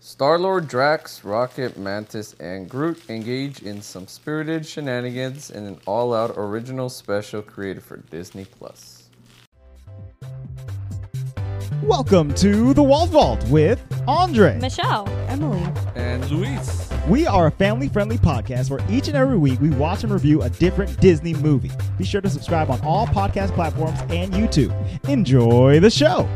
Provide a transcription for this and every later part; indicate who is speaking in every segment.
Speaker 1: Star Lord, Drax, Rocket, Mantis, and Groot engage in some spirited shenanigans in an all out original special created for Disney. Plus.
Speaker 2: Welcome to the Walt Vault with Andre.
Speaker 3: Michelle.
Speaker 4: Emily.
Speaker 1: And
Speaker 5: Luis.
Speaker 2: We are a family friendly podcast where each and every week we watch and review a different Disney movie. Be sure to subscribe on all podcast platforms and YouTube. Enjoy the show.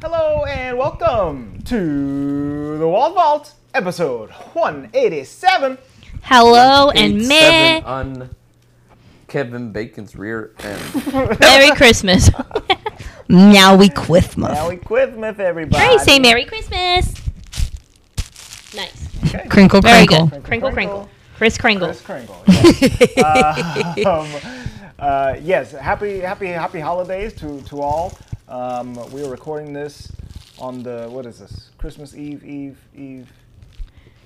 Speaker 6: Hello and welcome to the Wall Vault, episode 187. Oh,
Speaker 3: Hello and
Speaker 1: Eight,
Speaker 3: Merry
Speaker 1: seven on Kevin Bacon's rear end.
Speaker 3: Merry Christmas. now we quiff
Speaker 6: Now we quit myth, everybody.
Speaker 3: say Merry Christmas. Nice.
Speaker 4: Crinkle,
Speaker 3: Very
Speaker 4: crinkle.
Speaker 3: good. Crinkle, crinkle. Chris Kringle.
Speaker 6: Chris Kringle. yes. Um, uh, yes, happy, happy, happy holidays to, to all. Um, we are recording this on the, what is this? Christmas Eve, Eve, Eve,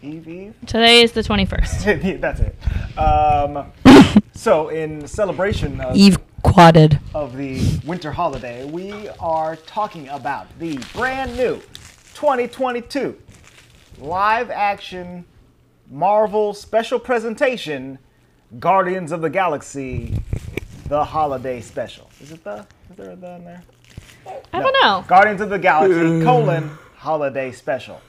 Speaker 6: Eve, Eve?
Speaker 3: Today is the 21st.
Speaker 6: That's it. Um, so, in celebration of
Speaker 4: Eve quadded.
Speaker 6: of the winter holiday, we are talking about the brand new 2022 live action Marvel special presentation Guardians of the Galaxy the holiday special. Is it the? Is there a the in there?
Speaker 3: I don't know.
Speaker 6: Guardians of the Galaxy colon holiday special.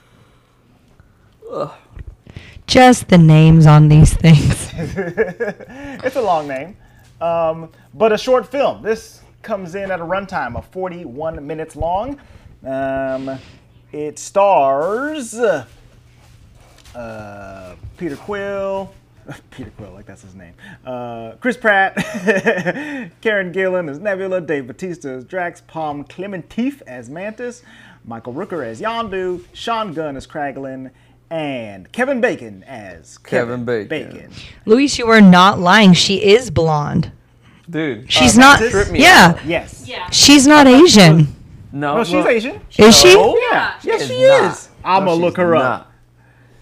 Speaker 4: Just the names on these things.
Speaker 6: It's a long name, um, but a short film. This comes in at a runtime of 41 minutes long. Um, it stars uh, Peter Quill. Peter Quill, like that's his name. Uh, Chris Pratt, Karen Gillan as Nebula, Dave Batista as Drax, Palm Clementif as Mantis, Michael Rooker as Yondu, Sean Gunn as Kraglin, and Kevin Bacon as
Speaker 1: Kevin Bacon.
Speaker 6: Bacon.
Speaker 4: Luis, you are not lying. She is blonde.
Speaker 1: Dude. uh,
Speaker 4: She's not.
Speaker 6: Mantis? Uh, Trip
Speaker 1: me
Speaker 4: Yeah.
Speaker 6: Yes. Yeah.
Speaker 4: She's not Asian.
Speaker 1: No,
Speaker 6: No, Oh, she's
Speaker 1: look-
Speaker 6: Asian.
Speaker 4: Is she?
Speaker 1: No,
Speaker 6: Yeah. Yes, she
Speaker 1: not.
Speaker 6: is. I'ma
Speaker 1: she's
Speaker 6: look her up.
Speaker 1: not.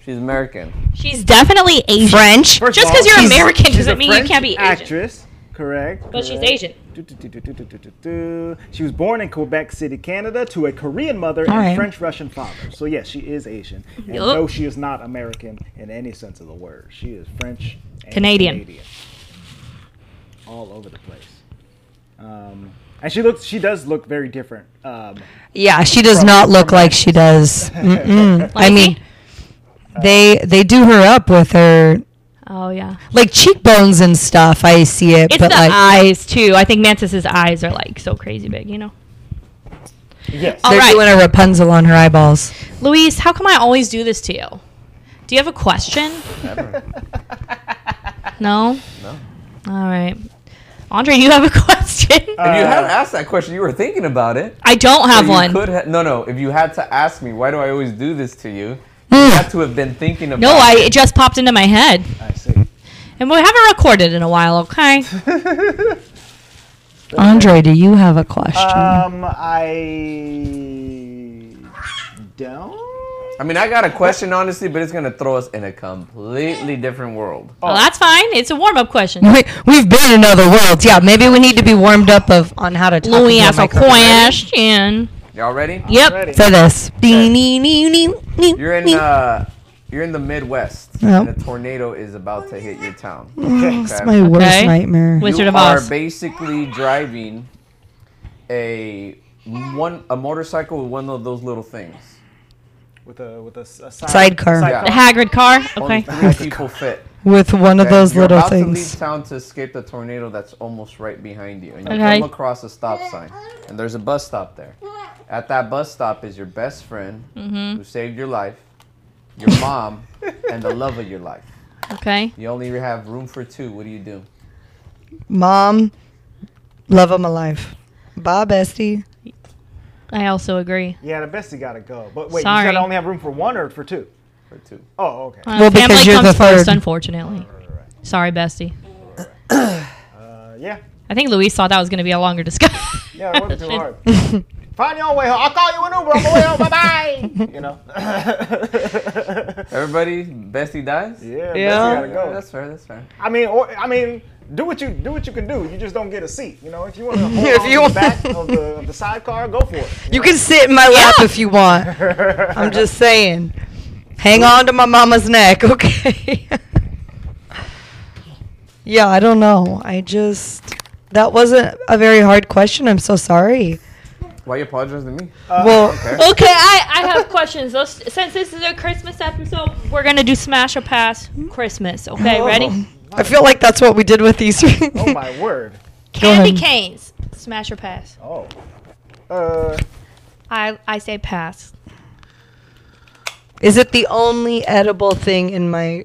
Speaker 1: She's American.
Speaker 3: She's definitely Asian.
Speaker 4: French?
Speaker 6: First
Speaker 3: Just
Speaker 6: of
Speaker 3: because
Speaker 6: all,
Speaker 3: you're
Speaker 6: she's-
Speaker 3: American
Speaker 6: she's a
Speaker 3: doesn't mean you
Speaker 6: French
Speaker 3: can't be Asian.
Speaker 6: Actress, correct.
Speaker 3: But she's
Speaker 6: correct.
Speaker 3: Asian.
Speaker 6: Do, do, do, do, do, do, do, do. She was born in Quebec City, Canada, to a Korean mother and
Speaker 4: right.
Speaker 6: French Russian father. So yes, she is Asian. And
Speaker 3: Yup.
Speaker 6: no, she is not American in any sense of the word. She is French and
Speaker 3: Canadian.
Speaker 6: Canadian. All over the place. Um, and she looks. She does look very different. Um,
Speaker 4: Yeah, she does not look like she does. Mm-mm. I mean, they they do her up with her
Speaker 3: Oh, yeah.
Speaker 4: like cheekbones and stuff. I see it,
Speaker 3: It's
Speaker 4: but
Speaker 3: the
Speaker 4: like
Speaker 3: eyes, too. I think Mantis's eyes are like so crazy big, you know?
Speaker 6: yes.
Speaker 3: All
Speaker 4: they're
Speaker 3: right.
Speaker 4: doing a Rapunzel on her eyeballs.
Speaker 3: Luis, how come I always do this to you? Do you have a question? No?
Speaker 1: No.
Speaker 3: All right. Andre, you have a question?
Speaker 6: Uh,
Speaker 1: If you had asked that question, you were thinking about it.
Speaker 3: I don't have
Speaker 1: you
Speaker 3: one.
Speaker 1: Could ha- no, no. If you had to ask me, why do I always do this to you? You had to have been thinking about.
Speaker 3: No, I
Speaker 1: it.
Speaker 3: it just popped into my head.
Speaker 6: I see.
Speaker 3: And we haven't recorded in a while, okay?
Speaker 6: Oh.
Speaker 4: Andre, do you have a question?
Speaker 6: Um, I don't.
Speaker 1: I mean, I got a question, honestly, but it's gonna throw us in a completely different world.
Speaker 3: Well, that's fine. It's a warm up question.
Speaker 4: we, we've been in other worlds. Yeah, maybe we need to be warmed up of on how to talk
Speaker 3: Louis
Speaker 4: into a
Speaker 3: has a
Speaker 4: microphone.
Speaker 3: question.
Speaker 1: Y'all ready?
Speaker 3: Yep.
Speaker 6: Ready?
Speaker 4: for this. You're
Speaker 1: You're in uh, you're in the Midwest,
Speaker 4: Yep.
Speaker 1: and a tornado is about to hit your town.
Speaker 4: That's my worst
Speaker 3: Okay.
Speaker 4: nightmare.
Speaker 3: With- Wizard
Speaker 1: you
Speaker 3: of
Speaker 1: are
Speaker 3: Oz.
Speaker 1: basically driving a one a motorcycle with one of those little things.
Speaker 6: With a with a, s- a side,
Speaker 4: Sidecar.
Speaker 3: The Hagrid car. Okay.
Speaker 1: Only three people fit.
Speaker 4: With one of
Speaker 1: Okay,
Speaker 4: those
Speaker 1: you're
Speaker 4: little
Speaker 1: about
Speaker 4: things.
Speaker 1: to leave town to escape the tornado that's almost right behind you, and you
Speaker 3: Okay.
Speaker 1: come across a stop sign, and there's a bus stop there. At that bus stop is your best friend
Speaker 3: Mm-hmm.
Speaker 1: who saved your life, your mom, and the love of your life.
Speaker 3: Okay.
Speaker 1: You only have room for two. What do you do?
Speaker 4: Mom, love him alive. Bye, bestie.
Speaker 3: I also agree.
Speaker 6: Yeah, the bestie gotta go. But wait,
Speaker 3: Sorry.
Speaker 6: you gotta only have room for one or for two?
Speaker 1: For two.
Speaker 6: Oh, okay.
Speaker 3: Uh,
Speaker 4: Well, because
Speaker 3: family
Speaker 4: you're the
Speaker 3: comes first,
Speaker 4: third.
Speaker 3: unfortunately. Sorry, bestie.
Speaker 6: Uh, yeah,
Speaker 3: I think Luis thought that was going to be a longer discussion.
Speaker 6: yeah, it wasn't too hard. Find your own way home. I'll call you an Uber on the way home. Bye bye. You know. yeah,
Speaker 1: Everybody, bestie dies.
Speaker 6: yeah. Bestie gotta
Speaker 1: Yeah,
Speaker 6: go.
Speaker 1: that's fair. That's fair.
Speaker 6: I mean, or, I mean, do what you do what you can do. You just don't get a seat. You know, if you want to hold
Speaker 4: If
Speaker 6: on
Speaker 4: you
Speaker 6: to
Speaker 4: want-
Speaker 6: the back of the, of the sidecar, go for it.
Speaker 4: You can sit in my lap if you want. I'm just saying. Hang on to my mama's neck, okay? yeah, I don't know. I just that wasn't a very hard question. I'm so sorry.
Speaker 1: Why you apologizing to me?
Speaker 4: well,
Speaker 3: Okay, I, I have questions. Let's, since this is a Christmas episode, we're gonna do smash or pass Christmas. Okay,
Speaker 4: Oh.
Speaker 3: ready?
Speaker 4: I feel like that's what we did with these.
Speaker 6: Oh my word.
Speaker 3: Candy
Speaker 4: ahead.
Speaker 3: canes, smash or pass.
Speaker 6: Oh. Uh,
Speaker 3: I I say pass.
Speaker 4: Is it the only edible thing in my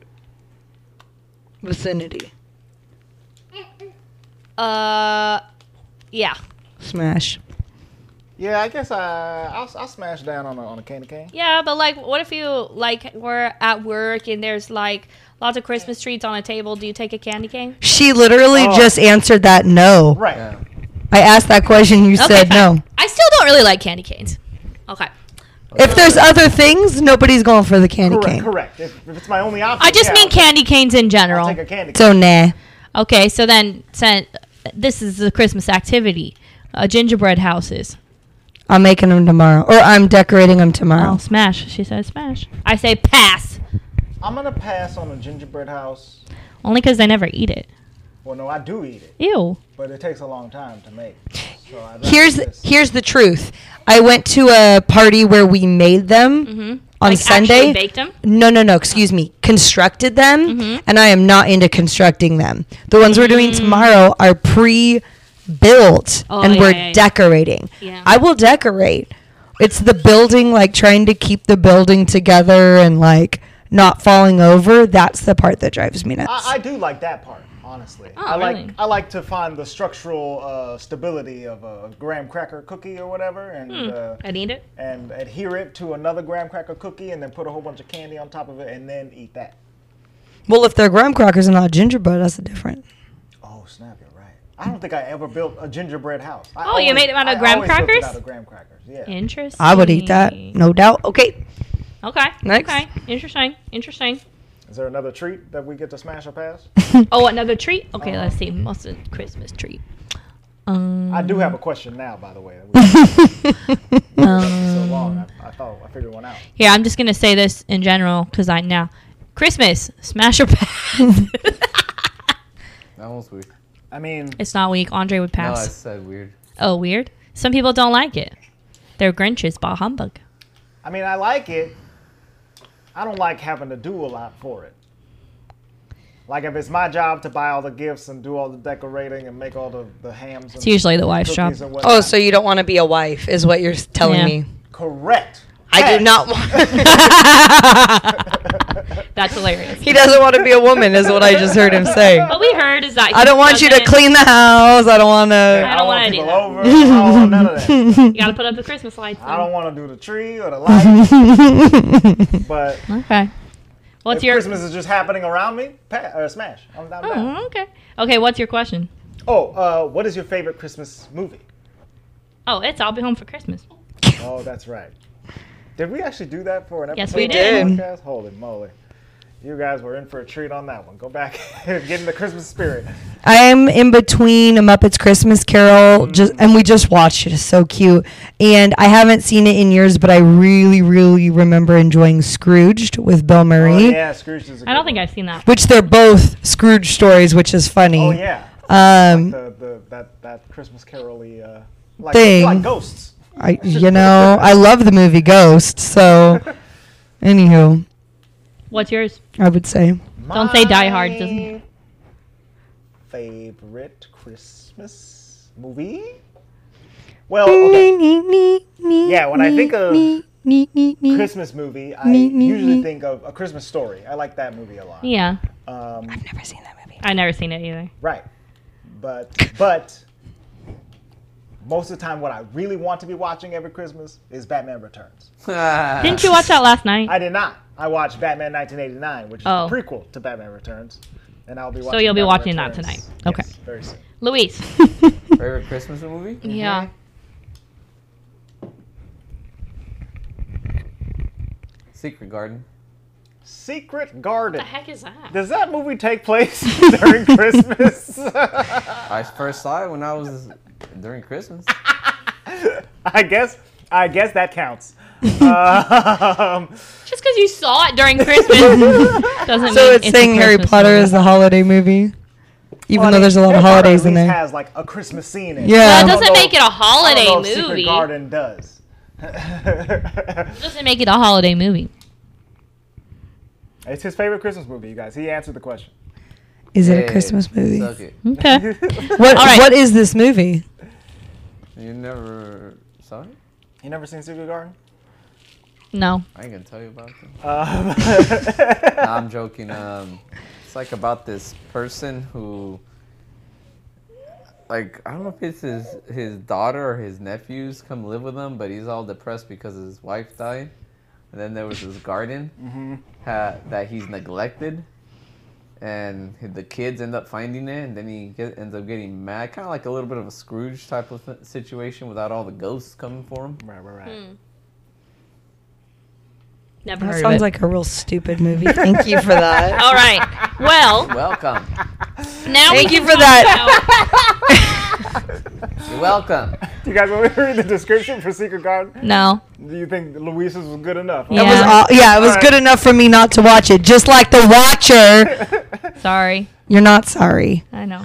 Speaker 4: vicinity?
Speaker 3: Uh, yeah,
Speaker 4: Smash.
Speaker 6: yeah, I guess I I'll, I'll smash down on a, on a candy cane.
Speaker 3: yeah, but like, what if you like were at work and there's like lots of Christmas treats on a table? Do you take a candy cane?
Speaker 4: She literally
Speaker 6: Oh.
Speaker 4: just answered that no.
Speaker 6: Right.
Speaker 1: Yeah.
Speaker 4: I asked that question. You said
Speaker 3: fine.
Speaker 4: no.
Speaker 3: I still don't really like candy canes. Okay,
Speaker 4: If there's other things, nobody's going for the candy
Speaker 6: Correct.
Speaker 4: cane.
Speaker 6: Correct. If, if it's my only option.
Speaker 3: I just
Speaker 6: yeah,
Speaker 3: mean
Speaker 6: I'll-
Speaker 3: candy canes in general.
Speaker 6: I'll Take a candy cane.
Speaker 4: So nah.
Speaker 3: Okay, so then sen- this is the Christmas activity, uh, gingerbread houses.
Speaker 4: I'm making them tomorrow, or I'm decorating them tomorrow.
Speaker 3: Oh, smash! She said smash. I say pass,
Speaker 6: I'm gonna pass on a gingerbread house.
Speaker 3: only because I never eat it.
Speaker 6: Well, no, I do eat it,
Speaker 3: Ew.
Speaker 6: but it takes a long time to make. So I'd rather
Speaker 4: Here's
Speaker 6: just-
Speaker 4: here's the truth. I went to a party where we made them Mm-hmm. on
Speaker 3: Like, actually
Speaker 4: Sunday.
Speaker 3: baked them.
Speaker 4: No, no, no. Excuse me. Constructed them,
Speaker 3: Mm-hmm.
Speaker 4: and I am not into constructing them. The ones we're doing tomorrow are pre-built,
Speaker 3: Mm. Oh,
Speaker 4: and
Speaker 3: yeah,
Speaker 4: we're
Speaker 3: yeah, Uh-huh. yeah.
Speaker 4: decorating.
Speaker 3: Yeah.
Speaker 4: I will decorate. It's the building, like trying to keep the building together and like not falling over. That's the part that drives me nuts.
Speaker 6: I, I do like that part, honestly. I like
Speaker 3: Oh, really?
Speaker 6: I like to find the structural uh, stability of a graham cracker cookie or whatever, and uh,
Speaker 3: I need it.
Speaker 6: and adhere it to another graham cracker cookie, and then put a whole bunch of candy on top of it, and then eat that.
Speaker 4: Well, if they're graham crackers and not gingerbread, that's a different.
Speaker 6: Oh snap! You're right. I don't think I ever built a gingerbread house. I
Speaker 3: Oh, you made it out of
Speaker 6: I
Speaker 3: graham
Speaker 6: always built it
Speaker 3: crackers?
Speaker 6: out of graham crackers. Yeah.
Speaker 3: Interesting.
Speaker 4: I would eat that, no doubt. Okay,
Speaker 3: Okay.
Speaker 4: Next.
Speaker 3: Okay. Interesting. Interesting.
Speaker 6: Is there another treat that we get to smash or pass?
Speaker 3: Oh, another treat. Okay, let's see. What's a Christmas treat? Um,
Speaker 6: I
Speaker 3: Mm-hmm.
Speaker 6: do have a question now, by the way. that we- so long. I, I thought I figured one out.
Speaker 3: Yeah, I'm just gonna say this in general because I now Christmas smash or pass.
Speaker 1: That one's weird.
Speaker 6: I mean,
Speaker 3: it's not weak. Andre would
Speaker 1: No, I
Speaker 3: pass.
Speaker 1: said weird.
Speaker 3: oh, weird. Some people don't like it. They're Grinches. Bah humbug.
Speaker 6: I mean, I like it. I don't like having to do a lot for it. Like if it's my job to buy all the gifts and do all the decorating and make all the, the hams.
Speaker 3: It's usually the wife's job.
Speaker 4: Oh, so you don't want to be a wife, is what you're s- telling
Speaker 3: Yeah.
Speaker 4: me.
Speaker 6: correct.
Speaker 4: I
Speaker 6: Pass.
Speaker 4: do not want.
Speaker 3: That's hilarious.
Speaker 4: he doesn't want to be a woman, is what I just heard him say.
Speaker 3: What we heard is that
Speaker 4: I don't want you to clean the house. I don't want to.
Speaker 3: I
Speaker 6: I
Speaker 3: don't
Speaker 6: don't
Speaker 3: wanna
Speaker 6: want
Speaker 3: do
Speaker 6: people
Speaker 3: that.
Speaker 6: over. I don't want none of that.
Speaker 3: You gotta put up the Christmas lights.
Speaker 6: I don't want to do the tree or the lights. but
Speaker 3: Okay. What's
Speaker 6: if
Speaker 3: your
Speaker 6: Christmas is just happening around me, pa- or smash. I'm not down.
Speaker 3: Oh, okay. Okay, what's your question?
Speaker 6: Oh, uh, what is your favorite Christmas movie?
Speaker 3: Oh, it's I'll be home for Christmas.
Speaker 6: Oh, that's right. Did we actually do that for an episode?
Speaker 3: Yes, we
Speaker 6: of the
Speaker 4: did.
Speaker 6: Podcast? Holy moly. You guys were in for a treat on that one. Go back and get in the Christmas spirit.
Speaker 4: I'm in between a Muppets Christmas Carol, just and we just watched it. It's so cute, and I haven't seen it in years, but I really, really remember enjoying Scrooged with Bill Murray,
Speaker 6: Oh, yeah, Scrooge is a good
Speaker 3: I don't think
Speaker 6: one.
Speaker 3: I've seen that.
Speaker 4: which they're both Scrooge stories, which is funny.
Speaker 6: Oh, yeah.
Speaker 4: Um,
Speaker 6: The, the, that, that Christmas carol uh, like,
Speaker 4: Thing.
Speaker 6: like ghosts.
Speaker 4: I, you know, I love the movie Ghost. So, anywho,
Speaker 3: What's yours?
Speaker 4: I would say
Speaker 3: Don't say Die Hard, doesn't it?
Speaker 6: Favorite Christmas movie? Well, Oh, okay. Yeah, when I think of Christmas movie, I usually think of A Christmas Story. I like that movie a lot.
Speaker 3: Yeah.
Speaker 6: Um,
Speaker 4: Never seen that movie.
Speaker 3: I never seen it either.
Speaker 6: Right. But but most of the time what I really want to be watching every Christmas is Batman Returns.
Speaker 4: Uh,
Speaker 3: Didn't you watch that last night?
Speaker 6: I did not. I watched Batman 1989, which is
Speaker 3: Oh.
Speaker 6: the prequel to Batman Returns. And I'll be watching
Speaker 3: you'll be
Speaker 6: Batman
Speaker 3: watching that
Speaker 6: Returns,
Speaker 3: tonight. Okay.
Speaker 6: yes, very soon.
Speaker 3: Luis.
Speaker 1: Favorite Christmas movie?
Speaker 3: yeah.
Speaker 1: Secret Garden.
Speaker 6: Secret Garden.
Speaker 3: the heck is that?
Speaker 6: Does that movie take place during Christmas?
Speaker 1: I first saw it when I was during Christmas.
Speaker 6: I guess I guess that counts. um,
Speaker 3: Just because you saw it during Christmas doesn't
Speaker 4: So
Speaker 3: mean
Speaker 4: it's
Speaker 3: a
Speaker 4: saying Harry
Speaker 3: Christmas
Speaker 4: Potter
Speaker 3: movie.
Speaker 4: is the holiday movie, even though there's a lot of
Speaker 6: Harry Potter
Speaker 4: holidays
Speaker 6: at
Speaker 4: in
Speaker 6: least
Speaker 4: there.
Speaker 6: Has like a Christmas scene in it.
Speaker 4: Yeah.
Speaker 3: That
Speaker 6: I don't
Speaker 3: doesn't
Speaker 6: know-
Speaker 3: make it a
Speaker 6: I don't
Speaker 3: holiday
Speaker 6: know if Secret
Speaker 3: movie.
Speaker 6: Garden does.
Speaker 3: Doesn't make it a holiday movie.
Speaker 6: it's his favorite Christmas movie, you guys. He answered the question.
Speaker 4: Is it
Speaker 1: Hey,
Speaker 4: a Christmas movie?
Speaker 1: Suck it.
Speaker 3: Okay.
Speaker 4: What
Speaker 3: All right.
Speaker 4: What is this movie?
Speaker 1: You never saw it?
Speaker 6: You never seen Secret Garden?
Speaker 3: No.
Speaker 1: I ain't gonna tell you about it.
Speaker 6: Um,
Speaker 1: Nah, I'm joking. Um, it's like about this person who, like, I don't know if it's his his daughter or his nephews come live with him, but he's all depressed because his wife died. And then there was this garden ha- that he's neglected, and he- the kids end up finding it, and then he get, ends up getting mad, kind of like a little bit of a Scrooge type of th- situation without all the ghosts coming for him.
Speaker 6: right, right, right.
Speaker 3: Hmm. Never
Speaker 4: That
Speaker 3: heard
Speaker 4: sounds
Speaker 3: of it.
Speaker 4: like a real stupid movie. Thank you for that.
Speaker 3: All right. Well,
Speaker 1: Welcome,
Speaker 3: now
Speaker 4: Thank
Speaker 3: we
Speaker 4: you
Speaker 3: can
Speaker 4: for
Speaker 3: talk
Speaker 4: that.
Speaker 3: about-
Speaker 1: You're welcome.
Speaker 6: You guys want me to read the description for Secret Garden?
Speaker 3: No.
Speaker 6: Do you think Luisa's was good enough?
Speaker 4: It was
Speaker 3: Yeah.
Speaker 4: all, yeah, it was
Speaker 6: Alright.
Speaker 4: good enough for me not to watch it. Just like the watcher,
Speaker 3: Sorry.
Speaker 4: you're not sorry.
Speaker 3: I know.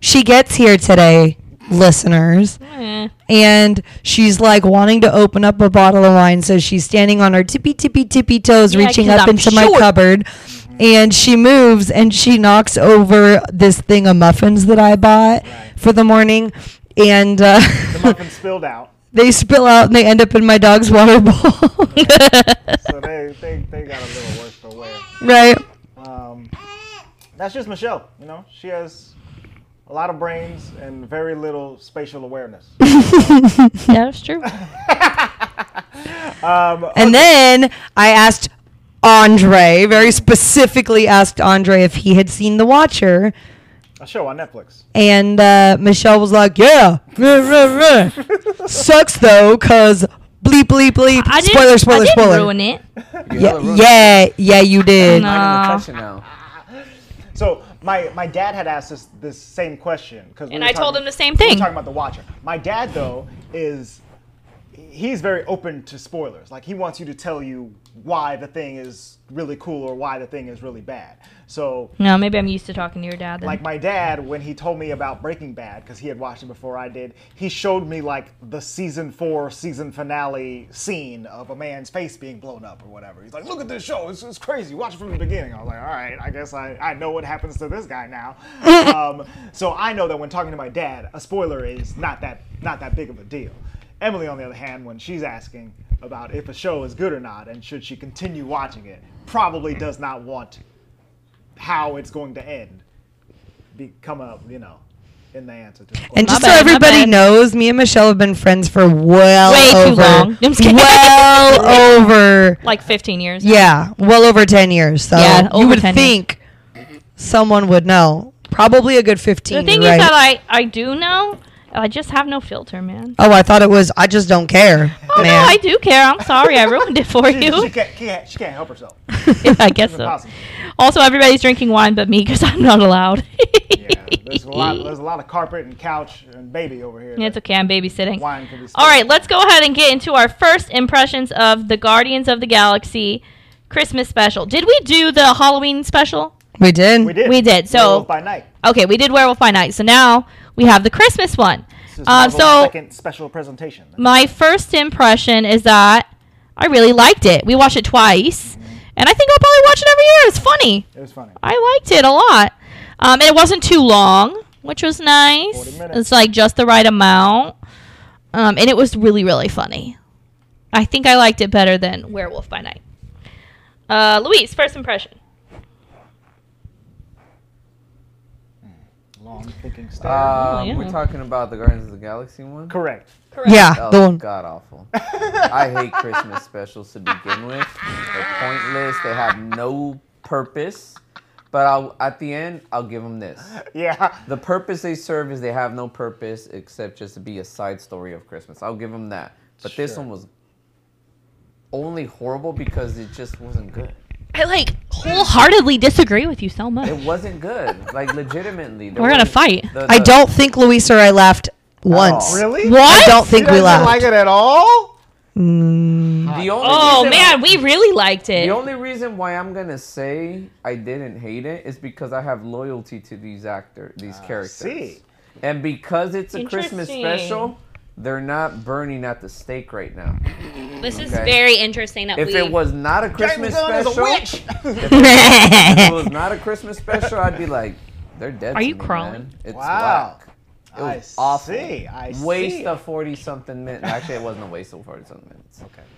Speaker 4: She gets here today, listeners,
Speaker 3: Eh.
Speaker 4: and she's like wanting to open up a bottle of wine, so she's standing on her tippy tippy tippy toes,
Speaker 3: Yeah,
Speaker 4: reaching
Speaker 3: 'cause
Speaker 4: up
Speaker 3: I'm
Speaker 4: into my
Speaker 3: short.
Speaker 4: cupboard. And she moves and she knocks over this thing of muffins that I bought for the morning. And uh,
Speaker 6: The muffin spilled out,
Speaker 4: they spill out and they end up in my dog's water bowl.
Speaker 6: so they, they, they got a little worse for wear.
Speaker 4: right?
Speaker 6: Um, that's just Michelle. You know, she has a lot of brains and very little spatial awareness.
Speaker 3: That's true.
Speaker 6: Um,
Speaker 4: And then I asked Andre, very specifically asked Andre if he had seen The Watcher.
Speaker 6: a show on Netflix.
Speaker 4: And uh, Michelle was like, yeah. ruh, ruh, ruh." Sucks though, because bleep, bleep, bleep.
Speaker 3: I didn't,
Speaker 4: spoiler,
Speaker 3: I
Speaker 4: spoiler,
Speaker 3: didn't
Speaker 4: spoiler.
Speaker 3: ruin it.
Speaker 1: You
Speaker 4: Yeah, Uh,
Speaker 1: really ruined it.
Speaker 4: yeah, yeah, you did.
Speaker 3: No.
Speaker 1: I'm not gonna touch it now.
Speaker 6: So my my dad had asked us this same question because
Speaker 3: And I told him the same thing.
Speaker 6: We're talking about the Watcher. My dad though is he's very open to spoilers. Like he wants you to tell you why the thing is really cool or why the thing is really bad. So
Speaker 3: No, maybe I'm used to talking to your dad. Then.
Speaker 6: like my dad when he told me about breaking bad because he had watched it before i did he showed me like the season four season finale scene of a man's face being blown up or whatever he's like look at this show it's, it's crazy watch it from the beginning i was like all right i guess i, I know what happens to this guy now um, so i know that when talking to my dad a spoiler is not that not that big of a deal emily on the other hand when she's asking about if a show is good or not and should she continue watching it probably does not want how it's going to end become a you know in the answer to the question.
Speaker 4: And
Speaker 3: My
Speaker 4: just
Speaker 3: bad,
Speaker 4: so
Speaker 3: my
Speaker 4: everybody
Speaker 3: bad.
Speaker 4: knows, me and Michelle have been friends for well
Speaker 3: Way too
Speaker 4: over,
Speaker 3: long. I'm just kidding.
Speaker 4: well over,
Speaker 3: like 15 years.
Speaker 4: yeah, well over ten years. So
Speaker 3: Yeah,
Speaker 4: you
Speaker 3: over
Speaker 4: would
Speaker 3: 10 years.
Speaker 4: think someone would know. Probably a good fifteen.
Speaker 3: The thing
Speaker 4: right?
Speaker 3: is that I, I do know. I just have no filter, man.
Speaker 4: oh, I thought it was. I just don't care,
Speaker 3: Oh, no,
Speaker 4: man.
Speaker 3: I do care. I'm sorry. I ruined it for
Speaker 6: she, she
Speaker 3: you.
Speaker 6: can't, can't she can't help herself.
Speaker 3: I guess
Speaker 6: It's
Speaker 3: so.
Speaker 6: impossible.
Speaker 3: Also, everybody's drinking wine but me because I'm not allowed.
Speaker 6: Yeah, there's a lot there's a lot of carpet and couch and baby over here.
Speaker 3: It's
Speaker 6: that
Speaker 3: okay. I'm babysitting.
Speaker 6: Wine can be spilled.
Speaker 3: All right, let's go ahead and get into our first impressions of the Guardians of the Galaxy Christmas special. Did we do the Halloween special?
Speaker 4: we did.
Speaker 6: We did.
Speaker 3: we did, so-
Speaker 6: Werewolf by night.
Speaker 3: Okay, we did Werewolf by Night. So now we have the Christmas one.
Speaker 6: This is
Speaker 3: Uh,
Speaker 6: Marvel's
Speaker 3: so
Speaker 6: second special presentation.
Speaker 3: my first impression is that I really liked it. We watched it twice, and I think I'll probably watch it every year. It's funny.
Speaker 6: It was funny.
Speaker 3: I liked it a lot. Um, and it wasn't too long, which was nice.
Speaker 6: 40 minutes.
Speaker 3: It's like just the right amount. Um, and it was really, really funny. I think I liked it better than Werewolf by Night. Uh, Louise, first impression.
Speaker 6: Long thinking stare.
Speaker 1: Um,
Speaker 3: yeah.
Speaker 1: We're talking about the Guardians of the Galaxy one.
Speaker 6: Correct.
Speaker 1: That
Speaker 4: Yeah,
Speaker 1: was
Speaker 4: the one.
Speaker 1: god awful. I hate Christmas specials to begin with. They're pointless. They have no purpose. But I'll, at the end, I'll give them this.
Speaker 6: Yeah.
Speaker 1: The purpose they serve is they have no purpose except just to be a side story of Christmas. I'll give them that. But this
Speaker 6: Sure.
Speaker 1: one was only horrible because it just wasn't good.
Speaker 3: I like wholeheartedly disagree with you so much.
Speaker 1: It wasn't good. Like legitimately. there
Speaker 3: We're gonna
Speaker 1: wasn't-
Speaker 3: fight.
Speaker 1: the-
Speaker 4: I
Speaker 1: the-
Speaker 4: don't think Luis or I laughed once.
Speaker 6: Uh, Oh, Really?
Speaker 3: What?
Speaker 4: I don't think
Speaker 6: You
Speaker 4: we
Speaker 6: guys didn't like
Speaker 4: laughed.
Speaker 6: it at all?
Speaker 1: The only
Speaker 3: Oh
Speaker 1: reason
Speaker 3: man, we really liked it.
Speaker 1: The only reason why I'm gonna say I didn't hate it is because I have loyalty to these actor, these characters,
Speaker 6: Ah, see.
Speaker 1: and because it's a Christmas
Speaker 3: Interesting.
Speaker 1: special, they're not burning at the stake right now.
Speaker 3: this is
Speaker 1: okay.
Speaker 3: very interesting that
Speaker 1: If
Speaker 3: we.
Speaker 1: it was not a Christmas special,
Speaker 6: witch.
Speaker 1: if it was not a Christmas special, I'd be like, they're dead.
Speaker 3: Are
Speaker 1: to
Speaker 3: you
Speaker 1: me,
Speaker 3: crawling?
Speaker 1: man. It's
Speaker 6: Wow.
Speaker 1: whack. It
Speaker 6: I
Speaker 1: was awful.
Speaker 6: see, I
Speaker 1: waste
Speaker 6: see.
Speaker 1: of forty something minutes. Actually, it wasn't a waste of forty something minutes. Okay.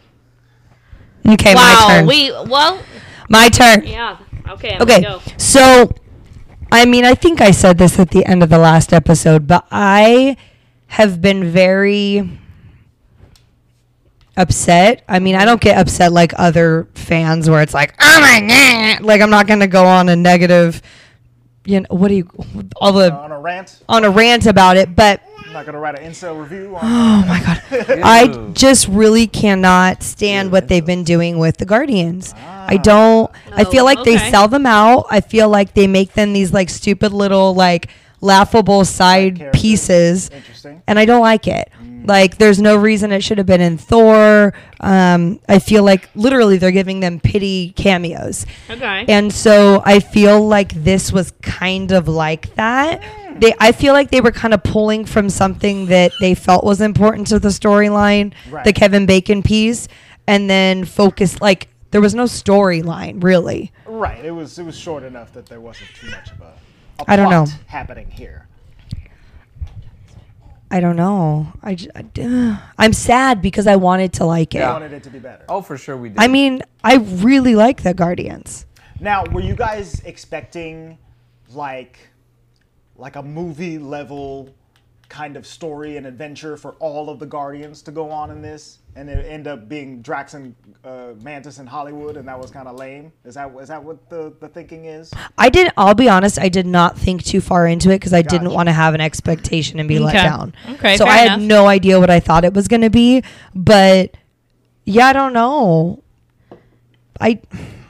Speaker 4: Okay,
Speaker 3: wow,
Speaker 4: my turn.
Speaker 3: we well,
Speaker 4: my turn.
Speaker 3: yeah, okay, I'm
Speaker 4: Okay,
Speaker 3: gonna go.
Speaker 4: so I mean, I think I said this at the end of the last episode, but I have been very upset. I mean, I don't get upset like other fans where it's like, oh my god, like I'm not going to go on a negative, you know, what do you, all the,
Speaker 6: on a rant.
Speaker 4: on a rant about it, but.
Speaker 6: I'm not gonna write an incel review. On
Speaker 4: Oh my god. I just really cannot stand what they've been doing with the Guardians. I don't I feel
Speaker 3: Oh,
Speaker 4: like
Speaker 3: okay.
Speaker 4: they sell them out. I feel like they make them these like stupid little like laughable side
Speaker 6: characters.
Speaker 4: pieces
Speaker 6: Interesting.
Speaker 4: and I don't like it. Like there's no reason it should have been in Thor. Um I feel like literally they're giving them pity cameos.
Speaker 3: Okay.
Speaker 4: And so I feel like this was kind of like that. They, I feel like they were kind of pulling from something that they felt was important to the storyline,
Speaker 6: Right.
Speaker 4: the Kevin Bacon piece, and then focus like there was no storyline really.
Speaker 6: Right. It was it was short enough that there wasn't too much of a. a
Speaker 4: I don't know.
Speaker 6: plot Happening here.
Speaker 4: I don't know. I j- I d- I'm sad because I wanted to like it.
Speaker 6: I wanted it to be better.
Speaker 1: Oh, for sure we did.
Speaker 4: I mean, I really like the Guardians.
Speaker 6: Now, were you guys expecting like like a movie level kind of story and adventure for all of the Guardians to go on in this, and it end up being Drax and uh, Mantis in Hollywood, and that was kind of lame? Is that is that what the, the thinking is?
Speaker 4: I did. I'll be honest. I did not think too far into it because I didn't
Speaker 6: Gotcha.
Speaker 4: want to have an expectation and be let
Speaker 3: Okay.
Speaker 4: down.
Speaker 3: Okay,
Speaker 4: So
Speaker 3: fair
Speaker 4: I had
Speaker 3: enough.
Speaker 4: no idea what I thought it was going to be, but yeah, I don't know. I,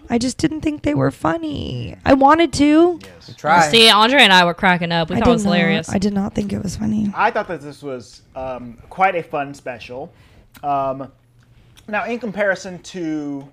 Speaker 4: I just didn't think they were funny. I wanted to.
Speaker 1: try.
Speaker 3: See, Andre and I were cracking up. We
Speaker 4: I
Speaker 3: thought it
Speaker 4: did
Speaker 3: was
Speaker 4: not-
Speaker 3: hilarious.
Speaker 4: I did not think it was funny.
Speaker 6: I thought that this was um, quite a fun special. Um, now, in comparison to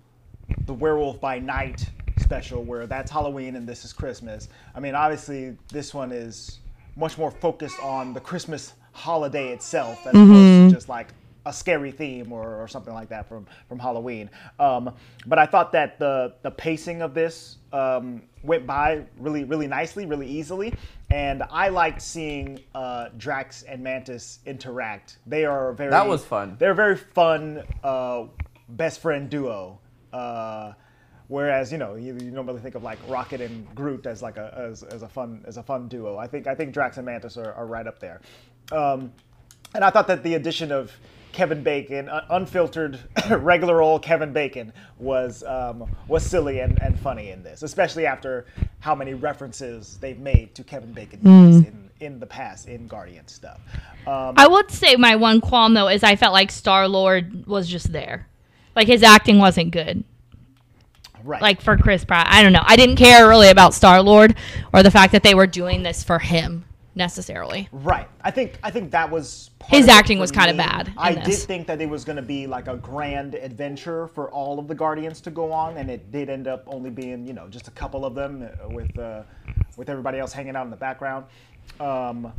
Speaker 6: the Werewolf by Night special, where that's Halloween and this is Christmas, I mean, obviously, this one is much more focused on the Christmas holiday itself as opposed to just like a scary theme or, or something like that from, from Halloween. Um, but I thought that the, the pacing of this um, went by really, really nicely, really easily. And I liked seeing uh, Drax and Mantis interact. They are very.
Speaker 1: That was fun.
Speaker 6: They're a very fun uh, best friend duo. Uh, whereas you know you, you normally think of like Rocket and Groot as like a as, as a fun as a fun duo. I think I think Drax and Mantis are, are right up there. Um, and I thought that the addition of Kevin Bacon, uh, unfiltered, regular old Kevin Bacon, was um, was silly and, and funny in this, especially after how many references they've made to Kevin Bacon in, in the past in Guardian stuff. Um,
Speaker 3: I would say my one qualm though is I felt like Star Lord was just there, like his acting wasn't good.
Speaker 6: right.
Speaker 3: Like for Chris Pratt, I don't know. I didn't care really about Star Lord or the fact that they were doing this for him necessarily.
Speaker 6: Right. I think I think that was part
Speaker 3: His
Speaker 6: of it
Speaker 3: acting
Speaker 6: for
Speaker 3: was kinda
Speaker 6: me.
Speaker 3: bad in
Speaker 6: I
Speaker 3: this.
Speaker 6: did think that it was going to be like a grand adventure for all of the Guardians to go on, and it did end up only being you know just a couple of them uh, with uh, with everybody else hanging out in the background. Um,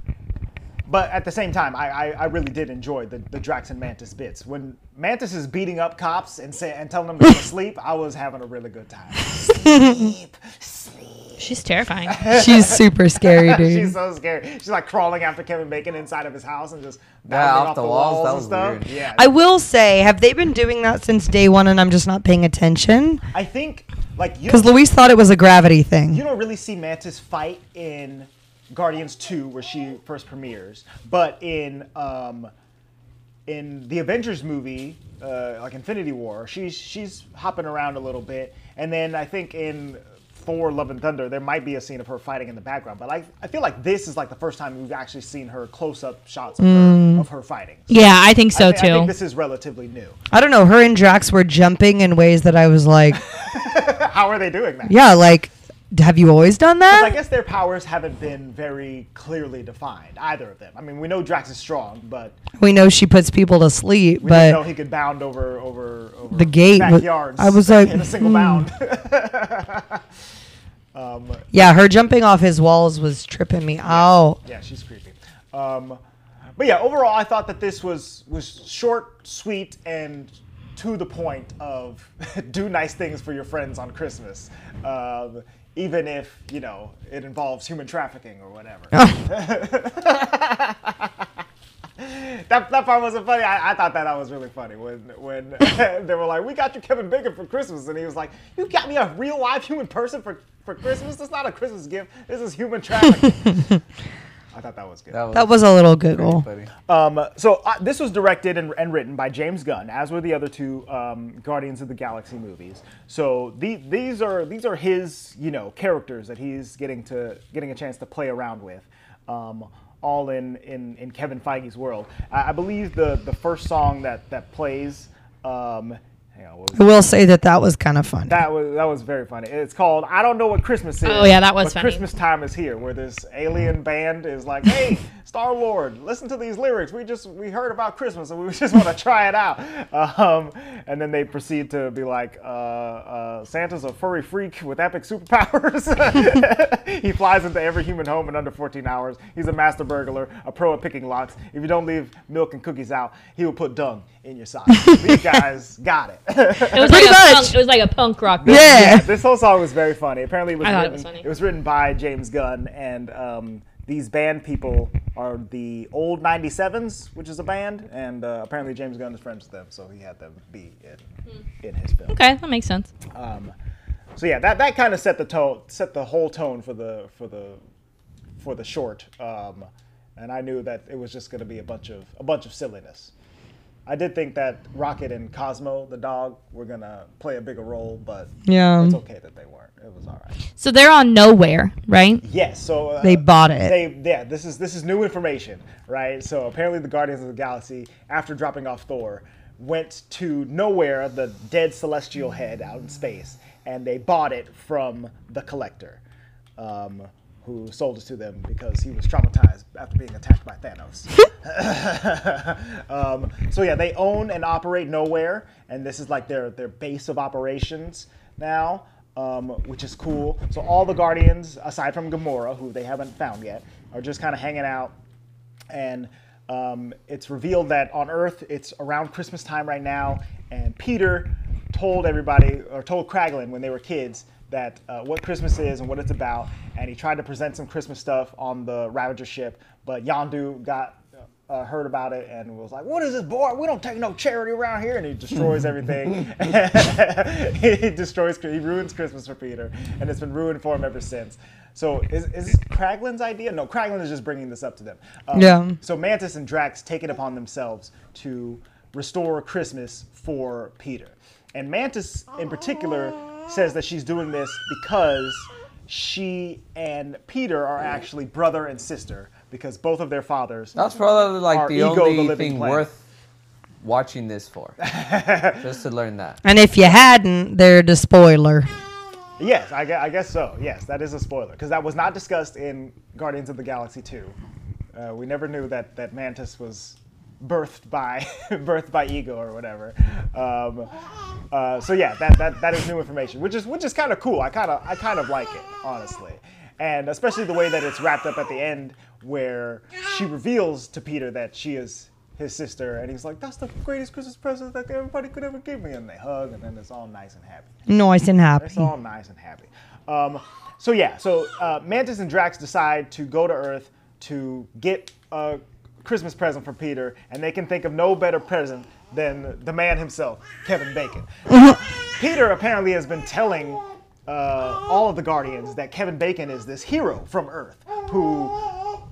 Speaker 6: but at the same time, I, I, I really did enjoy the, the Drax and Mantis bits. When Mantis is beating up cops and say, and telling them to go to sleep, I was having a really good time. sleep, sleep.
Speaker 3: She's terrifying.
Speaker 4: She's super scary, dude.
Speaker 6: She's so scary. She's like crawling after Kevin Bacon inside of his house and just
Speaker 1: off
Speaker 6: bouncing off
Speaker 1: the
Speaker 6: the
Speaker 1: walls,
Speaker 6: walls,
Speaker 1: that
Speaker 6: and
Speaker 1: was
Speaker 6: stuff.
Speaker 1: weird.
Speaker 6: Yeah.
Speaker 4: I will say, have they been doing that since day one, and I'm just not paying attention?
Speaker 6: I think like you
Speaker 4: Because
Speaker 6: don't,
Speaker 4: Luis thought it was a gravity thing.
Speaker 6: you don't really see Mantis fight in Guardians 2 where she first premieres, but in um in the Avengers movie, uh, like Infinity War, she's she's hopping around a little bit, and then I think in Thor: Love and Thunder, there might be a scene of her fighting in the background. But I I feel like this is like the first time we've actually seen her close up shots of, her, of her fighting.
Speaker 3: yeah, I think so
Speaker 6: I, thi- I think
Speaker 3: too.
Speaker 6: this is relatively new.
Speaker 4: I don't know. Her and Drax were jumping in ways that I was like,
Speaker 6: how are they doing that?
Speaker 4: Yeah, like, d- have you always done
Speaker 6: I
Speaker 4: that?
Speaker 6: guess their powers haven't been very clearly defined, either of them. I mean, we know Drax is strong, but
Speaker 4: We know she puts people to sleep,
Speaker 6: we
Speaker 4: but
Speaker 6: didn't know he could bound over over, over
Speaker 4: The gate was-
Speaker 6: backyards.
Speaker 4: I was like, hmm.
Speaker 6: in a single bound.
Speaker 4: yeah, her jumping off his walls was tripping me out.
Speaker 6: yeah, she's creepy. Um, but yeah, overall, I thought that this was was short, sweet, and to the point of do nice things for your friends on Christmas, um, even if you know it involves human trafficking or whatever.
Speaker 4: Oh,
Speaker 6: That, that part wasn't funny. I, I thought that that was really funny when when they were like, "We got you Kevin Bacon for Christmas," and he was like, "You got me a real live human person for, for Christmas. That's not a Christmas gift. This is human trafficking." I thought that was good.
Speaker 1: That was,
Speaker 4: That was a little giggle.
Speaker 1: pretty funny.
Speaker 6: Um, so uh, this was directed and, and written by James Gunn, as were the other two um, Guardians of the Galaxy movies. So the, these are these are his you know characters that he's getting to getting a chance to play around with, um, all in, in in Kevin Feige's world. I, I believe the the first song that that plays. Um, hang on, what was
Speaker 4: I will say that that was kind of fun.
Speaker 6: that was that was very funny. It's called I don't know what Christmas is.
Speaker 3: Oh, yeah, that was
Speaker 6: but
Speaker 3: funny.
Speaker 6: Christmas time is here, where this alien band is like, hey, Star Lord, listen to these lyrics. We just we heard about Christmas and we just want to try it out. Um, and then they proceed to be like, uh, uh, Santa's a furry freak with epic superpowers. he flies into every human home in under 14 hours. He's a master burglar, a pro at picking locks. If you don't leave milk and cookies out, he will put dung in your sock. these guys got it.
Speaker 3: It was
Speaker 4: Pretty
Speaker 3: like
Speaker 4: much.
Speaker 3: A punk, it was like a punk rock. band.
Speaker 4: yeah.
Speaker 6: This whole song was very funny. Apparently, it was,
Speaker 3: I thought
Speaker 6: written,
Speaker 3: it was funny.
Speaker 6: written by James Gunn, and um, these band people are the old 97s, which is a band, and uh, apparently James Gunn is friends with them, so he had them be
Speaker 3: Hmm.
Speaker 6: in, in his film.
Speaker 3: Okay, that makes sense.
Speaker 6: Um, so yeah, that, that kind of set the tone, set the whole tone for the for the for the short, um, and I knew that it was just going to be a bunch of a bunch of silliness. I did think that Rocket and Cosmo, the dog, were gonna play a bigger role, but
Speaker 4: Yeah.
Speaker 6: it's okay that they weren't. It was all right.
Speaker 3: So they're on nowhere, right?
Speaker 6: Yes, so uh,
Speaker 4: They bought it.
Speaker 6: They yeah, this is this is new information, right? So apparently, the Guardians of the Galaxy, after dropping off Thor, went to nowhere, the dead celestial head out in space, and they bought it from the Collector, um, who sold it to them because he was traumatized after being attacked by Thanos. um, so yeah, they own and operate nowhere, and this is like their their base of operations now, um, which is cool. So all the Guardians, aside from Gamora, who they haven't found yet, are just kind of hanging out, and um, it's revealed that on Earth it's around Christmas time right now, and Peter told everybody or told Kraglin when they were kids that uh, what Christmas is and what it's about, and he tried to present some Christmas stuff on the Ravager ship, but Yondu got uh, heard about it and was like, "What is this boy? We don't take no charity around here." And he destroys everything. he destroys. He ruins Christmas for Peter, and it's been ruined for him ever since. So is, is this Kraglin's idea? No, Kraglin is just bringing this up to them. Um,
Speaker 4: Yeah.
Speaker 6: So Mantis and Drax take it upon themselves to restore Christmas for Peter, and Mantis in particular says that she's doing this because she and Peter are actually brother and sister because both of their fathers
Speaker 1: That's probably like
Speaker 6: Our
Speaker 1: the
Speaker 6: ego, the
Speaker 1: only
Speaker 6: living
Speaker 1: thing
Speaker 6: planet.
Speaker 1: worth watching this for, just to learn that.
Speaker 4: And if you hadn't, they're the spoiler.
Speaker 6: Yes, I gue- I guess, so. Yes, that is a spoiler because that was not discussed in Guardians of the Galaxy 2. Uh, we never knew that, that Mantis was birthed by birthed by Ego or whatever. Um, uh, so yeah, that, that, that is new information, which is which is kind of cool. I kind of I kind of like it honestly, and especially the way that it's wrapped up at the end where she reveals to Peter that she is his sister, and he's like, "That's the greatest Christmas present that everybody could ever give me," and they hug, and then it's all nice and happy.
Speaker 4: Nice and happy.
Speaker 6: It's all nice and happy. Um, so yeah, so uh, Mantis and Drax decide to go to Earth to get a Christmas present for Peter, and they can think of no better present than the man himself, Kevin Bacon. Peter apparently has been telling uh, all of the Guardians that Kevin Bacon is this hero from Earth who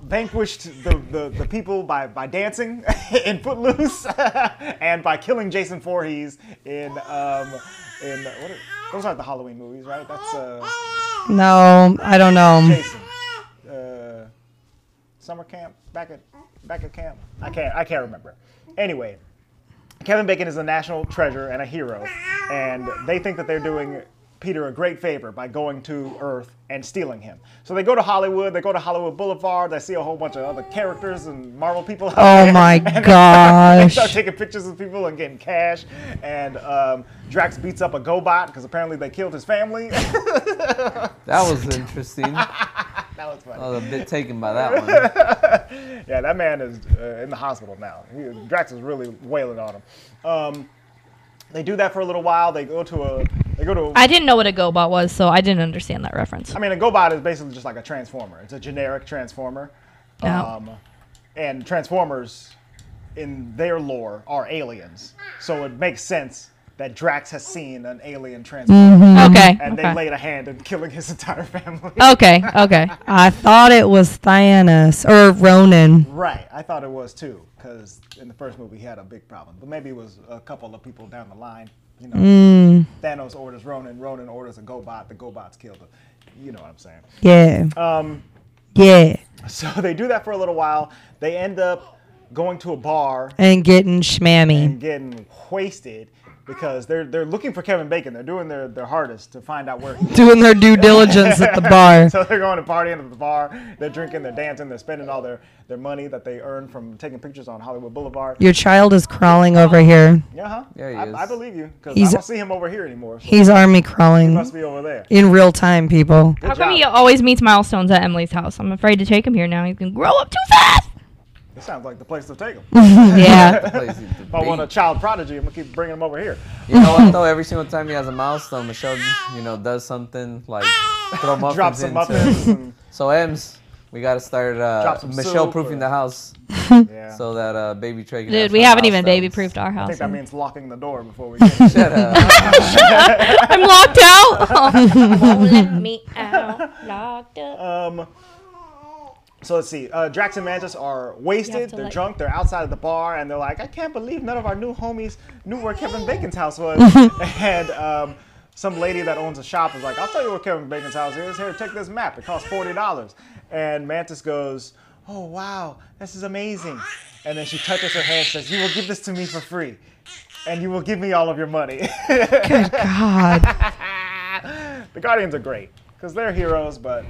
Speaker 6: vanquished the, the, the people by, by dancing in Footloose and by killing Jason Voorhees in um, in what are, those aren't the Halloween movies, right? That's uh,
Speaker 4: No, I don't know.
Speaker 6: Jason. Uh, summer camp back at back at camp. I can't I can't remember. Anyway, Kevin Bacon is a national treasure and a hero, and they think that they're doing Peter a great favor by going to Earth and stealing him. So they go to Hollywood, they go to Hollywood Boulevard, they see a whole bunch of other characters and Marvel people. out
Speaker 4: Oh
Speaker 6: there,
Speaker 4: my
Speaker 6: and they start- they start
Speaker 4: gosh.
Speaker 6: taking pictures of people and getting cash. And um, Drax beats up a GoBot because apparently they killed his family. that
Speaker 1: That was interesting. I
Speaker 6: was funny.
Speaker 1: was a bit taken by that one.
Speaker 6: Yeah, that man is uh, in the hospital now. He, Drax is really wailing on him. Um, they do that for a little while. They go to a. They go to. A,
Speaker 3: I didn't know what a GoBot was, so I didn't understand that reference.
Speaker 6: I mean, a GoBot is basically just like a transformer. It's a generic transformer.
Speaker 3: Yeah.
Speaker 6: Um, and transformers, in their lore, are aliens. So it makes sense that Drax has seen an alien transformer,
Speaker 3: okay.
Speaker 6: and they
Speaker 3: Mm-hmm. okay.
Speaker 6: laid a hand in killing his entire family.
Speaker 3: okay. Okay.
Speaker 4: I thought it was Thanos or Ronan.
Speaker 6: Right, I thought it was too, because in the first movie he had a big problem. But maybe it was a couple of people down the line. You know, Thanos orders Ronan, Ronan orders a GoBot, the GoBot's killed him. You know what I'm saying?
Speaker 4: Yeah. Um. Yeah.
Speaker 6: So they do that for a little while. They end up going to a bar
Speaker 4: And getting shmammy.
Speaker 6: and getting wasted because they're they're looking for Kevin Bacon. They're doing their, their hardest to find out where he is.
Speaker 4: Doing their due diligence at the bar.
Speaker 6: So they're going to party at the bar. They're drinking, they're dancing, they're spending all their, their money that they earn from taking pictures on Hollywood Boulevard.
Speaker 4: Your child is crawling over here.
Speaker 6: Yeah, huh?
Speaker 1: Yeah, he
Speaker 6: Uh-huh. I,
Speaker 1: is.
Speaker 6: I believe you because I
Speaker 4: He's-
Speaker 6: don't see him over here anymore. So he
Speaker 4: He's army crawling
Speaker 6: must be over there.
Speaker 4: in real time, people.
Speaker 3: How come
Speaker 6: job.
Speaker 3: he always meets milestones at Emily's house? I'm afraid to take him here now. He's gonna grow up too fast.
Speaker 6: It sounds like the place to take him. if
Speaker 4: Yeah.
Speaker 1: Plays it to
Speaker 6: I want a
Speaker 1: beat.
Speaker 6: child prodigy, I'm gonna keep bringing him over here.
Speaker 1: You know what though? Every single time he has a milestone, Michelle, you know, does something like throw muffins
Speaker 6: Drop some
Speaker 1: into.
Speaker 6: muffins. and,
Speaker 1: So Ems, we gotta start uh,
Speaker 6: Drop some
Speaker 1: Michelle
Speaker 6: soup
Speaker 1: proofing
Speaker 6: or-
Speaker 1: the house
Speaker 6: yeah.
Speaker 1: so that uh, baby Trey. Can
Speaker 3: Dude,
Speaker 1: have
Speaker 3: we
Speaker 1: some
Speaker 3: haven't even baby
Speaker 1: milestones.
Speaker 3: proofed our
Speaker 6: I
Speaker 3: house.
Speaker 6: think that means locking the door before we get
Speaker 1: Shut up.
Speaker 3: I'm locked out. Won't let me out. Locked up.
Speaker 6: Um, so let's see. Uh, Drax and Mantis are
Speaker 3: You have
Speaker 6: wasted.
Speaker 3: to,
Speaker 6: They're
Speaker 3: like-
Speaker 6: drunk. They're outside of the bar, and they're like, "I can't believe none of our new homies knew where Kevin Bacon's house was." and um, some lady that owns a shop is like, "I'll tell you where Kevin Bacon's house is. Here, take this map. It costs forty dollars." And Mantis goes, "Oh wow, this is amazing." And then she touches her head, says, "You will give this to me for free, and you will give me all of your money."
Speaker 4: God.
Speaker 6: the Guardians are great because they're heroes, but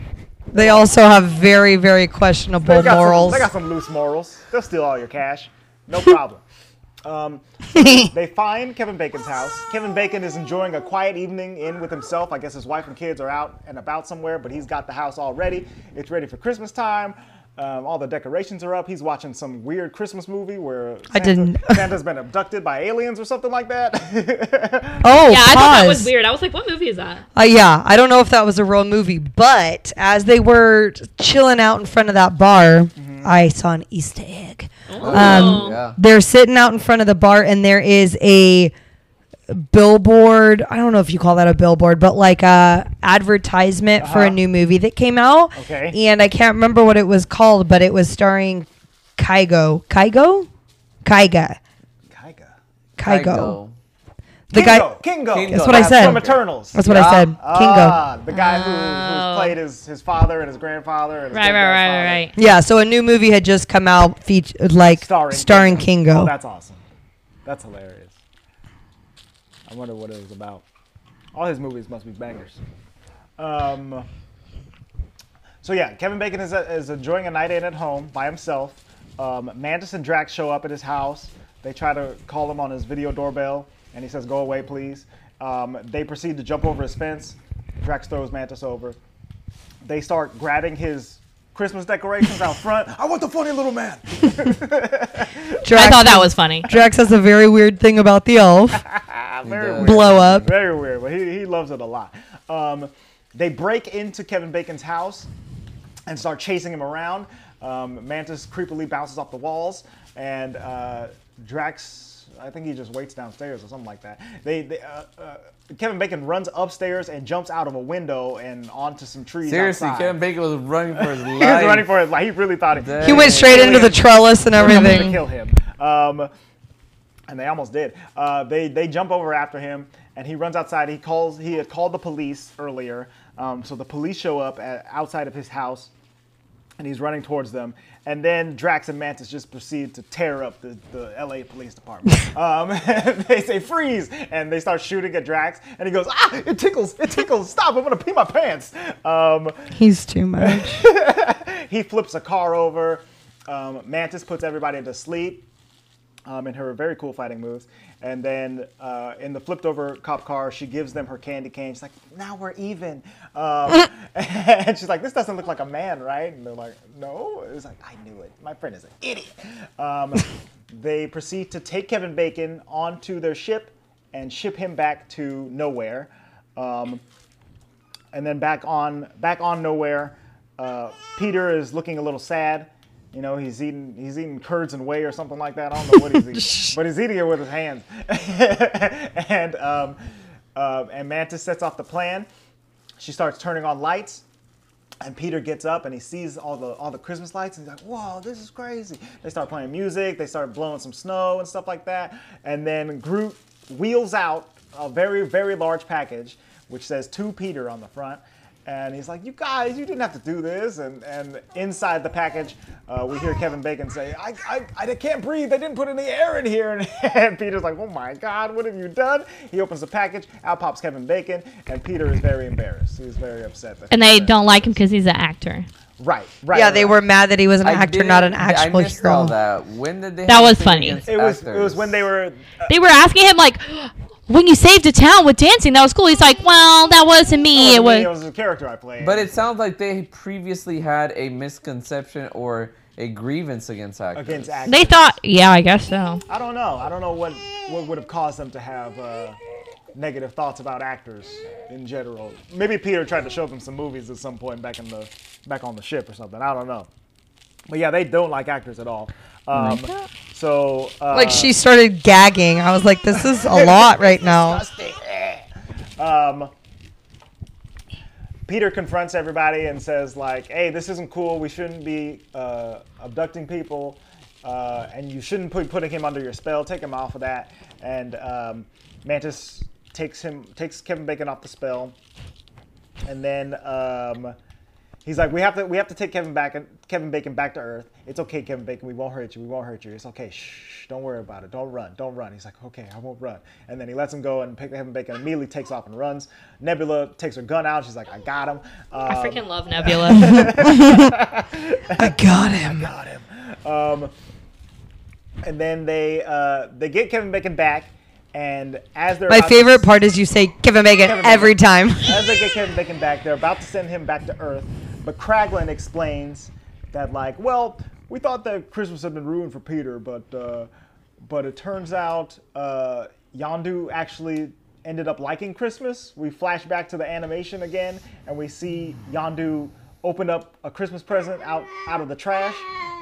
Speaker 4: They also have very, very questionable
Speaker 6: They got, some,
Speaker 4: morals.
Speaker 6: they got some loose morals. They'll steal all your cash. No problem. Um, they find Kevin Bacon's house. Kevin Bacon is enjoying a quiet evening in with himself. I guess his wife and kids are out and about somewhere, but he's got the house all ready. It's ready for Christmas time. Um, all the decorations are up. He's watching some weird Christmas movie where Santa,
Speaker 4: didn't-
Speaker 6: Santa's been abducted by aliens or something like that.
Speaker 4: Oh,
Speaker 3: Yeah, I thought that was
Speaker 4: pause.
Speaker 3: weird. I was like, what movie is that?
Speaker 4: Uh, yeah, I don't know if that was a real movie, but as they were chilling out in front of that bar,
Speaker 6: Mm-hmm.
Speaker 4: I saw an Easter egg.
Speaker 3: Oh.
Speaker 1: Um, yeah.
Speaker 4: They're sitting out in front of the bar, and there is a billboard. I don't know if you call that a billboard, but like a advertisement for a new movie that came out.
Speaker 6: Uh-huh. Okay.
Speaker 4: And I can't remember what it was called, but it was starring Kygo. Kygo? Kyga.
Speaker 6: Kygo.
Speaker 4: Kygo.
Speaker 1: Kygo.
Speaker 4: The guy.
Speaker 6: Kingo. Kingo.
Speaker 1: Kingo.
Speaker 4: That's what I
Speaker 1: That's
Speaker 4: said.
Speaker 6: From Eternals.
Speaker 4: That's what
Speaker 1: Yeah.
Speaker 4: I said. Kingo.
Speaker 6: Ah, the guy who,
Speaker 3: Oh.
Speaker 6: who's played his, his father and his grandfather. And his
Speaker 3: Right, right, right,
Speaker 6: great-grandfather.
Speaker 3: right, right.
Speaker 4: Yeah, so a new movie had just come out, featured like starring,
Speaker 6: starring
Speaker 4: Kingo.
Speaker 6: Oh, that's awesome. That's hilarious. I wonder what it was about. All his movies must be bangers. Um, so yeah, Kevin Bacon is, is enjoying a night in at home by himself. Um, Mantis and Drax show up at his house. They try to call him on his video doorbell, and he says, "Go away, please." Um, they proceed to jump over his fence. Drax throws Mantis over. They start grabbing his Christmas decorations out front. I want the funny little man.
Speaker 4: Drax,
Speaker 3: I thought that was funny.
Speaker 4: Drax has a very weird thing about the elf
Speaker 6: Very
Speaker 1: does.
Speaker 6: weird.
Speaker 4: blow up.
Speaker 6: Very weird, but he, he loves it a lot. Um, they break into Kevin Bacon's house and start chasing him around. Um, Mantis creepily bounces off the walls, and uh, Drax, I think he just waits downstairs or something like that. They, they uh, uh, Kevin Bacon runs upstairs and jumps out of a window and onto some trees.
Speaker 1: Seriously,
Speaker 6: outside.
Speaker 1: Kevin Bacon was running for his life.
Speaker 6: He was running for it. Like he really thought it.
Speaker 1: Dang.
Speaker 4: He went straight into the trellis and
Speaker 6: They
Speaker 4: everything.
Speaker 6: kill him. Um, and they almost did. Uh, they they jump over after him, and he runs outside. He calls. He had called the police earlier, um, so the police show up at, outside of his house, and he's running towards them. And then Drax and Mantis just proceed to tear up the, the LA police department. Um, they say freeze, and they start shooting at Drax, and he goes, ah, it tickles, it tickles, stop, I'm gonna pee my pants. Um,
Speaker 4: He's too much.
Speaker 6: he flips a car over. Um, Mantis puts everybody to sleep um, in her very cool fighting moves. And then uh, in the flipped over cop car, she gives them her candy cane. She's like, now we're even. Um, and she's like, this doesn't look like a man, right? And they're like, no. It's like, I knew it. My friend is an idiot. Um, they proceed to take Kevin Bacon onto their ship and ship him back to nowhere. Um, and then back on back on nowhere. Uh, Peter is looking a little sad. You know, he's eating he's eating curds and whey or something like that. I don't know what he's eating, but he's eating it with his hands. and um, uh, and Mantis sets off the plan. She starts turning on lights. And Peter gets up and he sees all the all the Christmas lights and he's like, "Whoa, this is crazy!" They start playing music, they start blowing some snow and stuff like that. And then Groot wheels out a very very large package which says "To Peter" on the front, and he's like, "You guys, you didn't have to do this." And and inside the package, uh, we hear Kevin Bacon say, I, "I I can't breathe. They didn't put any air in here." And, and Peter's like, "Oh my God, what have you done?" He opens the package, out pops Kevin Bacon, and Peter is very embarrassed. He's very upset. That
Speaker 3: And they don't like him because he's an actor.
Speaker 6: Right, right.
Speaker 4: yeah, they
Speaker 6: right.
Speaker 4: were mad that he was an
Speaker 1: I
Speaker 4: actor, not an
Speaker 1: didn't-
Speaker 4: actual
Speaker 1: I missed
Speaker 4: hero.
Speaker 1: all that. When did they?
Speaker 3: That
Speaker 1: have
Speaker 3: was
Speaker 1: thing
Speaker 3: funny.
Speaker 1: against
Speaker 6: It was it was
Speaker 1: actors?
Speaker 6: when they were uh,
Speaker 3: They were asking him like, "When you saved a town with dancing, that was cool." He's like, "Well, that wasn't me.
Speaker 6: it
Speaker 3: It
Speaker 6: was, it
Speaker 3: was."
Speaker 6: was a character I played.
Speaker 1: But it sounds like they previously had a misconception or a grievance against actors.
Speaker 6: against actors.
Speaker 3: They thought, yeah, I guess so.
Speaker 6: I don't know. I don't know what what would have caused them to have uh, negative thoughts about actors in general. Maybe Peter tried to show them some movies at some point back in the back on the ship or something. I don't know. But yeah, they don't like actors at all. Um, so uh,
Speaker 4: Like she started gagging. I was like, this is a lot right now.
Speaker 6: um, Peter confronts everybody and says, like, hey, this isn't cool. We shouldn't be uh, abducting people. Uh, and you shouldn't be putting him under your spell. Take him off of that. And um, Mantis takes him, takes Kevin Bacon off the spell. And then um, he's like, we have to, we have to take Kevin back, Kevin Bacon back to Earth. It's okay, Kevin Bacon. We won't hurt you. We won't hurt you. It's okay. Shh, don't worry about it. Don't run. Don't run. He's like, okay, I won't run. And then he lets him go, and pick- Kevin Bacon immediately takes off and runs. Nebula takes her gun out. She's like, I got him. Uh,
Speaker 3: I freaking love Nebula.
Speaker 4: I got him.
Speaker 6: got him. Um, and then they uh, they get Kevin Bacon back, and as they're
Speaker 4: My
Speaker 6: about to-
Speaker 4: favorite part is you say Kevin Bacon
Speaker 6: Kevin Bacon.
Speaker 4: every time.
Speaker 6: as they get Kevin Bacon back, they're about to send him back to Earth. But Kraglin explains that, like, well, we thought that Christmas had been ruined for Peter, but uh, but it turns out uh, Yondu actually ended up liking Christmas. We flash back to the animation again, and we see Yondu open up a Christmas present out out of the trash,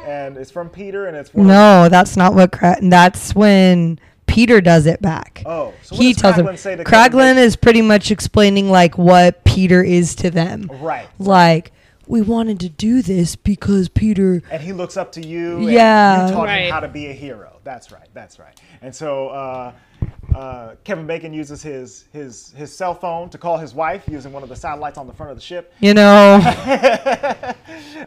Speaker 6: and it's from Peter, and it's one of
Speaker 4: No, that's not what. Cra- that's when Peter does it back.
Speaker 6: Oh, so what
Speaker 4: he
Speaker 6: does
Speaker 4: tells him.
Speaker 6: Kraglin say to Kevin
Speaker 4: Kraglin
Speaker 6: Bacon?
Speaker 4: is pretty much explaining like what Peter is to them.
Speaker 6: Right.
Speaker 4: Like we wanted to do this because Peter.
Speaker 6: and he looks up to you. and
Speaker 4: Yeah.
Speaker 6: you taught him
Speaker 3: Right.
Speaker 6: how to be a hero. That's right. That's right. And so uh, uh, Kevin Bacon uses his his his cell phone to call his wife using one of the satellites on the front of the ship,
Speaker 4: You know.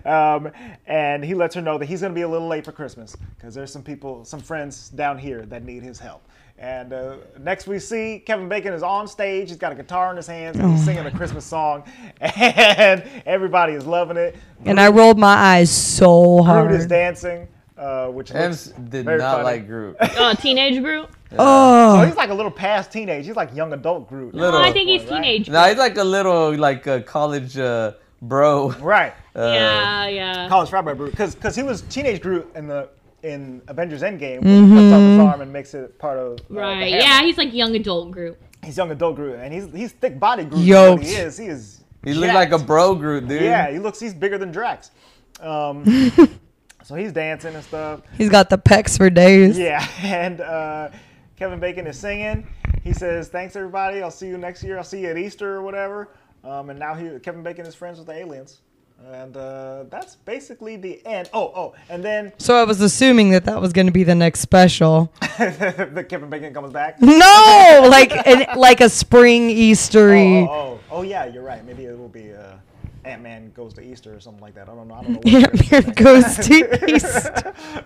Speaker 6: um, and he lets her know that he's going to be a little late for Christmas because there's some people, some friends down here that need his help. And uh, next we see Kevin Bacon is on stage. He's got a guitar in his hands and he's
Speaker 4: Oh.
Speaker 6: singing a Christmas song, and everybody is loving it.
Speaker 4: and I rolled my eyes so
Speaker 6: Groot is
Speaker 4: hard.
Speaker 6: dancing, uh, which
Speaker 1: Ems
Speaker 6: looks
Speaker 1: did
Speaker 6: very
Speaker 1: not
Speaker 6: funny.
Speaker 1: like Groot.
Speaker 3: uh, teenage Groot.
Speaker 6: Oh,
Speaker 4: Oh,
Speaker 6: he's like a little past teenage. He's like young adult Groot.
Speaker 1: Little.
Speaker 3: Oh, I think he's
Speaker 6: Right.
Speaker 3: teenage.
Speaker 1: no, he's like a little like a college uh, bro.
Speaker 6: Right.
Speaker 1: Uh,
Speaker 3: Yeah, yeah.
Speaker 6: College frat boy Groot. Because he was teenage Groot in the in Avengers Endgame. when He cuts off his arm and makes it part of. uh, the
Speaker 3: Right.
Speaker 6: hammer.
Speaker 3: Yeah, he's like young adult Groot.
Speaker 6: He's young adult Groot, and he's he's thick body Groot. is
Speaker 4: Yoked.
Speaker 6: what He is. He is.
Speaker 1: He looked like a
Speaker 6: jacked.
Speaker 1: bro Groot, dude.
Speaker 6: Yeah. He looks. He's bigger than Drax. Um, so he's dancing and stuff.
Speaker 4: he's got the pecs for days.
Speaker 6: Yeah, and uh, Kevin Bacon is singing. He says, "Thanks everybody. I'll see you next year. I'll see you at Easter or whatever." Um, and now he, Kevin Bacon is friends with the aliens, and uh, that's basically the end. Oh, oh, and then
Speaker 4: So I was assuming that that was going to be the next special.
Speaker 6: the Kevin Bacon comes back.
Speaker 4: No, Oh. like an, like a spring Eastery.
Speaker 6: Oh, oh, oh, oh, yeah, you're right. Maybe it will be uh, Ant Man goes to Easter or something like that. I don't know. I don't know. What they're
Speaker 4: Here
Speaker 6: gonna do
Speaker 4: goes
Speaker 6: next.
Speaker 4: to East.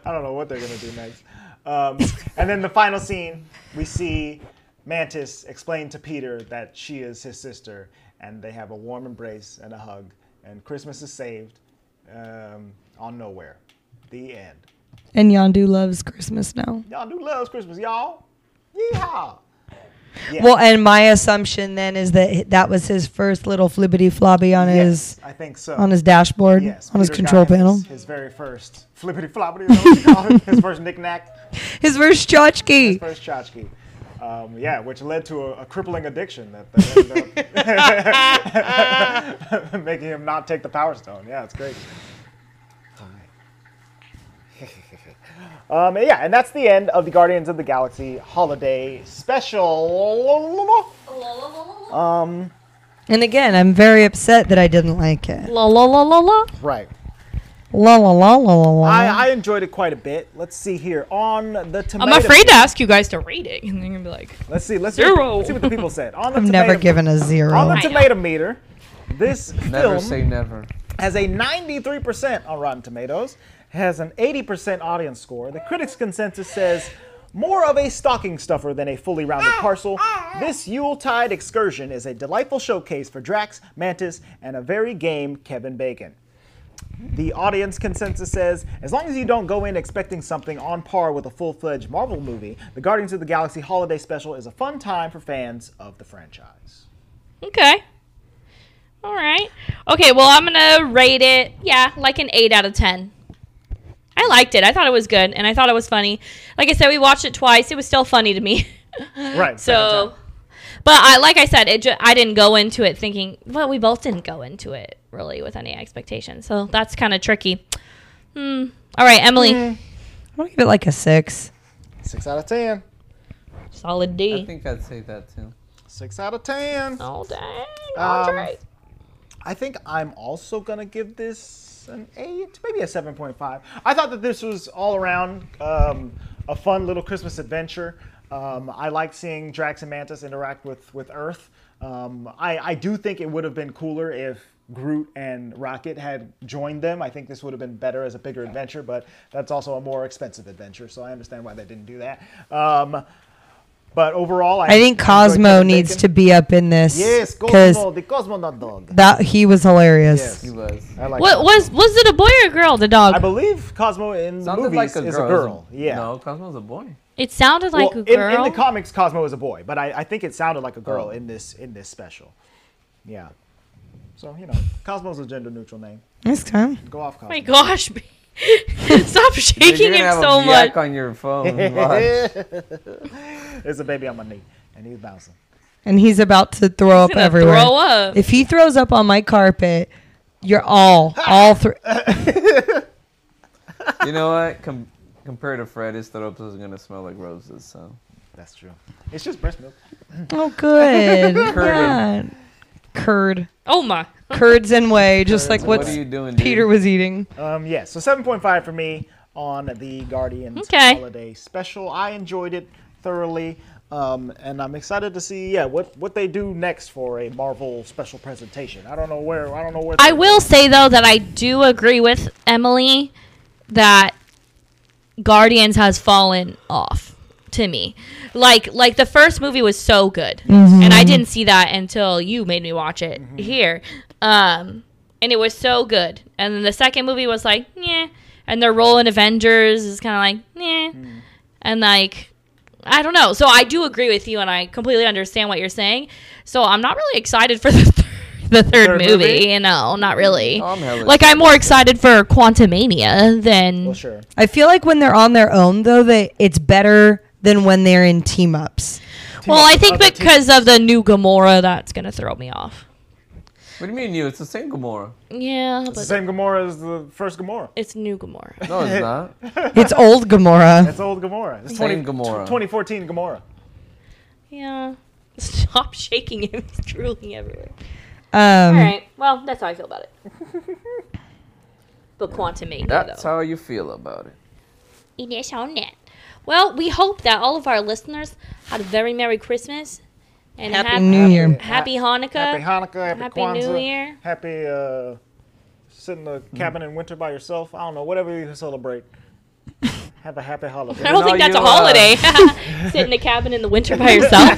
Speaker 6: I don't know what they're gonna do next. Um, and then the final scene, we see Mantis explain to Peter that she is his sister, and they have a warm embrace and a hug, and Christmas is saved um, on nowhere. The end.
Speaker 4: And Yondu loves Christmas now.
Speaker 6: Y'all do loves Christmas, y'all. Yeehaw! Yeah.
Speaker 4: Well, and my assumption then is that h- that was his first little flippity flobby on his
Speaker 6: I think so.
Speaker 4: on his dashboard,
Speaker 6: Yes,
Speaker 4: on his
Speaker 6: Peter got
Speaker 4: control
Speaker 6: his-
Speaker 4: panel.
Speaker 6: His, very first flippity floppity, is that what you call it? his first knickknack,
Speaker 4: His first
Speaker 6: his
Speaker 4: tchotchke.
Speaker 6: first tchotchke. Um, yeah, which led to a, a crippling addiction that, that ended up making him not take the power stone. Yeah, it's great. um, yeah, and that's the end of the Guardians of the Galaxy holiday special.
Speaker 4: And again, I'm very upset that I didn't like it.
Speaker 3: La la la la la.
Speaker 6: Right.
Speaker 4: La la la la la la.
Speaker 6: I, I enjoyed it quite a bit. Let's see here on the
Speaker 3: I'm
Speaker 6: tomato.
Speaker 3: afraid to ask you guys to rate it, and then you're gonna be like,
Speaker 6: Let's see. Let's see, what-
Speaker 3: Zero.
Speaker 6: let's see what the people said. On the
Speaker 4: I've
Speaker 6: tomato,
Speaker 4: never given a
Speaker 6: on the
Speaker 4: zero.
Speaker 3: I know.
Speaker 6: tomato meter. This
Speaker 1: Never
Speaker 6: film
Speaker 1: say never.
Speaker 6: has a 93% on Rotten Tomatoes, has an 80% audience score. The critics' consensus says more of a stocking stuffer than a fully rounded parcel. This Yuletide excursion is a delightful showcase for Drax, Mantis, and a very game Kevin Bacon. The audience consensus says as long as you don't go in expecting something on par with a full fledged Marvel movie, the Guardians of the Galaxy holiday special is a fun time for fans of the franchise.
Speaker 3: okay, all right, okay. Well, I'm gonna rate it, yeah, like an eight out of ten. I liked it. I thought it was good, and I thought it was funny. Like I said, we watched it twice. It was still funny to me.
Speaker 6: Right.
Speaker 3: So, but I like I said, it ju- I didn't go into it thinking. Well, we both didn't go into it really with any expectation, so that's kind of tricky. Hmm. All right, Emily,
Speaker 4: I'll give it like a six.
Speaker 6: six out of ten.
Speaker 3: solid
Speaker 1: I
Speaker 3: D. Oh,
Speaker 1: think I'd say that too.
Speaker 6: Six out of ten.
Speaker 3: All day.
Speaker 6: Um, I think I'm also gonna give this an eight, maybe a seven point five. I thought that this was all around um, a fun little Christmas adventure. Um, I like seeing Drax and Mantis interact with with Earth. Um, I, I do think it would have been cooler if Groot and Rocket had joined them. I think this would have been better as a bigger adventure, but that's also a more expensive adventure, so I understand why they didn't do that. Um, but overall, I,
Speaker 4: I think
Speaker 6: enjoyed
Speaker 4: Cosmo
Speaker 6: Kevin
Speaker 4: needs
Speaker 6: Bacon.
Speaker 4: to be up in this.
Speaker 6: Yes,
Speaker 4: 'cause
Speaker 6: Cosmo, the Cosmonaut dog.
Speaker 4: That he was hilarious.
Speaker 6: Yes.
Speaker 1: He was.
Speaker 6: I like
Speaker 3: What was was it a boy or a girl? The
Speaker 6: I
Speaker 3: dog.
Speaker 6: believe Cosmo in the
Speaker 1: Sounded
Speaker 6: movies
Speaker 1: like a
Speaker 6: is
Speaker 1: girl.
Speaker 6: a girl. Yeah.
Speaker 1: No, Cosmo's a boy.
Speaker 3: It sounded
Speaker 6: Well,
Speaker 3: like a
Speaker 6: in,
Speaker 3: girl. Oh
Speaker 6: in the comics, Cosmo is a boy, but I, I think it sounded like a girl
Speaker 1: Oh.
Speaker 6: in this in this special. Yeah. So you know, Cosmo's a gender neutral name.
Speaker 4: Next time.
Speaker 6: Go off,
Speaker 3: oh my
Speaker 6: Cosmo.
Speaker 3: gosh. Stop
Speaker 1: You're
Speaker 3: shaking
Speaker 1: gonna
Speaker 3: him
Speaker 1: have a
Speaker 3: so much.
Speaker 1: yak on your phone. Watch.
Speaker 6: There's a baby on my knee, and he's bouncing.
Speaker 4: And he's about to throw up
Speaker 3: gonna
Speaker 4: everywhere.
Speaker 3: throw up.
Speaker 4: If he throws up on my carpet, you're all, all three.
Speaker 1: you know what? Com- compared to Fred, his throat is gonna smell like roses. So
Speaker 6: That's true. It's just breast milk.
Speaker 4: Oh, good. Yeah.
Speaker 1: Curd.
Speaker 4: Curd.
Speaker 3: Oh my.
Speaker 4: Curds and whey, just like
Speaker 1: what
Speaker 4: what
Speaker 1: are you doing, dude?
Speaker 4: Peter was eating.
Speaker 6: Um, yeah. So 7.5 for me on the Guardians
Speaker 3: Okay.
Speaker 6: holiday special. I enjoyed it thoroughly. Um, and I'm excited to see, yeah, what, what they do next for a Marvel special presentation. I don't know where, I don't know where.
Speaker 3: I will say though that I do agree with Emily that Guardians has fallen off to me. Like like the first movie was so good. And I didn't see that until you made me watch it
Speaker 6: Mm-hmm.
Speaker 3: here. Um and it was so good. And then the second movie was like, yeah. And their role in Avengers is kind of like, yeah.
Speaker 6: Mm.
Speaker 3: And like I don't know. So I do agree with you, and I completely understand what you're saying. So I'm not really excited for the th- the third,
Speaker 6: Third
Speaker 3: movie,
Speaker 6: movie?
Speaker 3: You know, not really.
Speaker 1: Oh, I'm hella
Speaker 3: like I'm more excited for Quantumania than
Speaker 6: Well, sure.
Speaker 4: I feel like when they're on their own, though, they it's better than when they're in team ups.
Speaker 3: well, I think
Speaker 6: Other team-
Speaker 3: because of the new Gamora, that's gonna throw me off.
Speaker 1: What do you mean you? It's the same Gamora.
Speaker 3: Yeah,
Speaker 6: It's the
Speaker 3: but
Speaker 6: same Gamora as the first Gamora.
Speaker 3: it's new Gamora.
Speaker 1: No, it's not.
Speaker 4: It's old Gamora.
Speaker 6: It's old Gamora. It's
Speaker 1: Same
Speaker 6: 20,
Speaker 1: Gamora.
Speaker 6: 2014 Gamora.
Speaker 3: Yeah. Stop shaking him. He's drooling everywhere.
Speaker 4: Um,
Speaker 3: All right. Well, that's how I feel about it. but Quantumania,
Speaker 1: That's
Speaker 3: though.
Speaker 1: how you feel about it.
Speaker 3: It is on net. Well, we hope that all of our listeners had a very Merry Christmas And
Speaker 4: Happy
Speaker 3: hap-
Speaker 4: New Year.
Speaker 3: Happy Hanukkah.
Speaker 6: Happy Hanukkah. Happy,
Speaker 3: Happy New
Speaker 6: Kwanzaa.
Speaker 3: Year.
Speaker 6: Happy uh, sit in
Speaker 4: Mm-hmm.
Speaker 6: the cabin in winter by yourself. I don't know. Whatever you celebrate. Have a happy holiday.
Speaker 3: I don't
Speaker 1: No,
Speaker 3: think that's a
Speaker 1: you, uh,
Speaker 3: holiday. Sit in a cabin in the winter by yourself.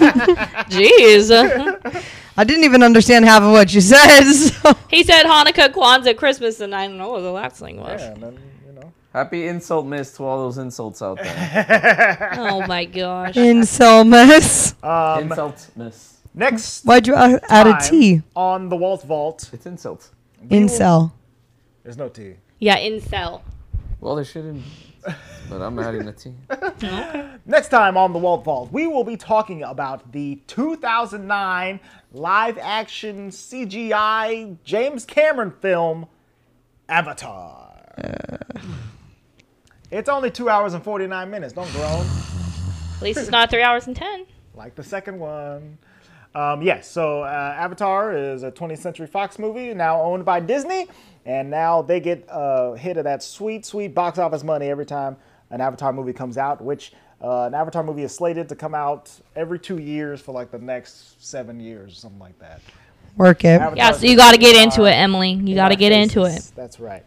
Speaker 3: Jeez.
Speaker 4: I didn't even understand half of what you said. So.
Speaker 3: He said Hanukkah, Kwanzaa, Christmas, and I don't know what the last thing was.
Speaker 6: Yeah, and then, you know.
Speaker 1: Happy insult miss to all those insults out there.
Speaker 3: Oh my gosh.
Speaker 4: In Selmas.
Speaker 1: insult miss.
Speaker 6: Next
Speaker 4: Why'd you add add a
Speaker 6: time
Speaker 4: T?
Speaker 6: on the Walt Vault.
Speaker 1: It's insult.
Speaker 4: Incel.
Speaker 6: There's no T.
Speaker 3: Yeah, incel.
Speaker 1: Well, there shouldn't. But I'm adding a T.
Speaker 6: Next time on the Walt Vault, we will be talking about the 2009 live action CGI James Cameron film, Avatar. It's only two hours and 49 minutes. Don't groan.
Speaker 3: At least it's not three hours and ten.
Speaker 6: like the second one. Um, yes, so uh, Avatar is a 20th Century Fox movie now owned by Disney, and now they get a hit of that sweet, sweet box office money every time an Avatar movie comes out, which uh, an Avatar movie is slated to come out every two years for like the next seven years, something like that.
Speaker 4: Work it.
Speaker 6: Avatar-
Speaker 3: Yeah,
Speaker 1: Oh,
Speaker 3: so you got to get into it, Emily. You got to get into it. Mm.
Speaker 6: Faces. That's right.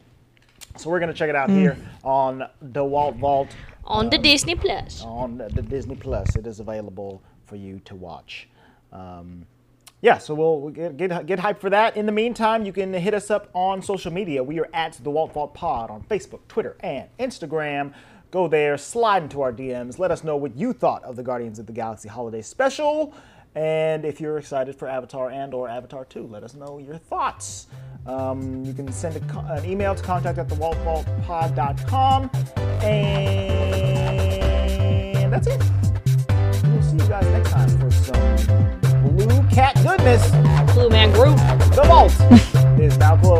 Speaker 6: So we're going to check it out here on DeWalt Vault
Speaker 3: On
Speaker 1: Oh.
Speaker 3: the Disney Plus.
Speaker 6: on the Disney Plus. It is available for you to watch. Um, yeah, so we'll we'll get, get get hyped for that. In the meantime, you can hit us up on social media. We are at the Walt Vault Pod on Facebook, Twitter, and Instagram. Go there, slide into our DMs. Let us know what you thought of the Guardians of the Galaxy Holiday Special, and if you're excited for Avatar and or Avatar 2, let us know your thoughts. Um, you can send a, co- an email to contact at thewaltvaultpod.com, and that's it we'll see you guys next time for some blue cat goodness.
Speaker 3: Blue Man Group.
Speaker 6: The vault is now closed.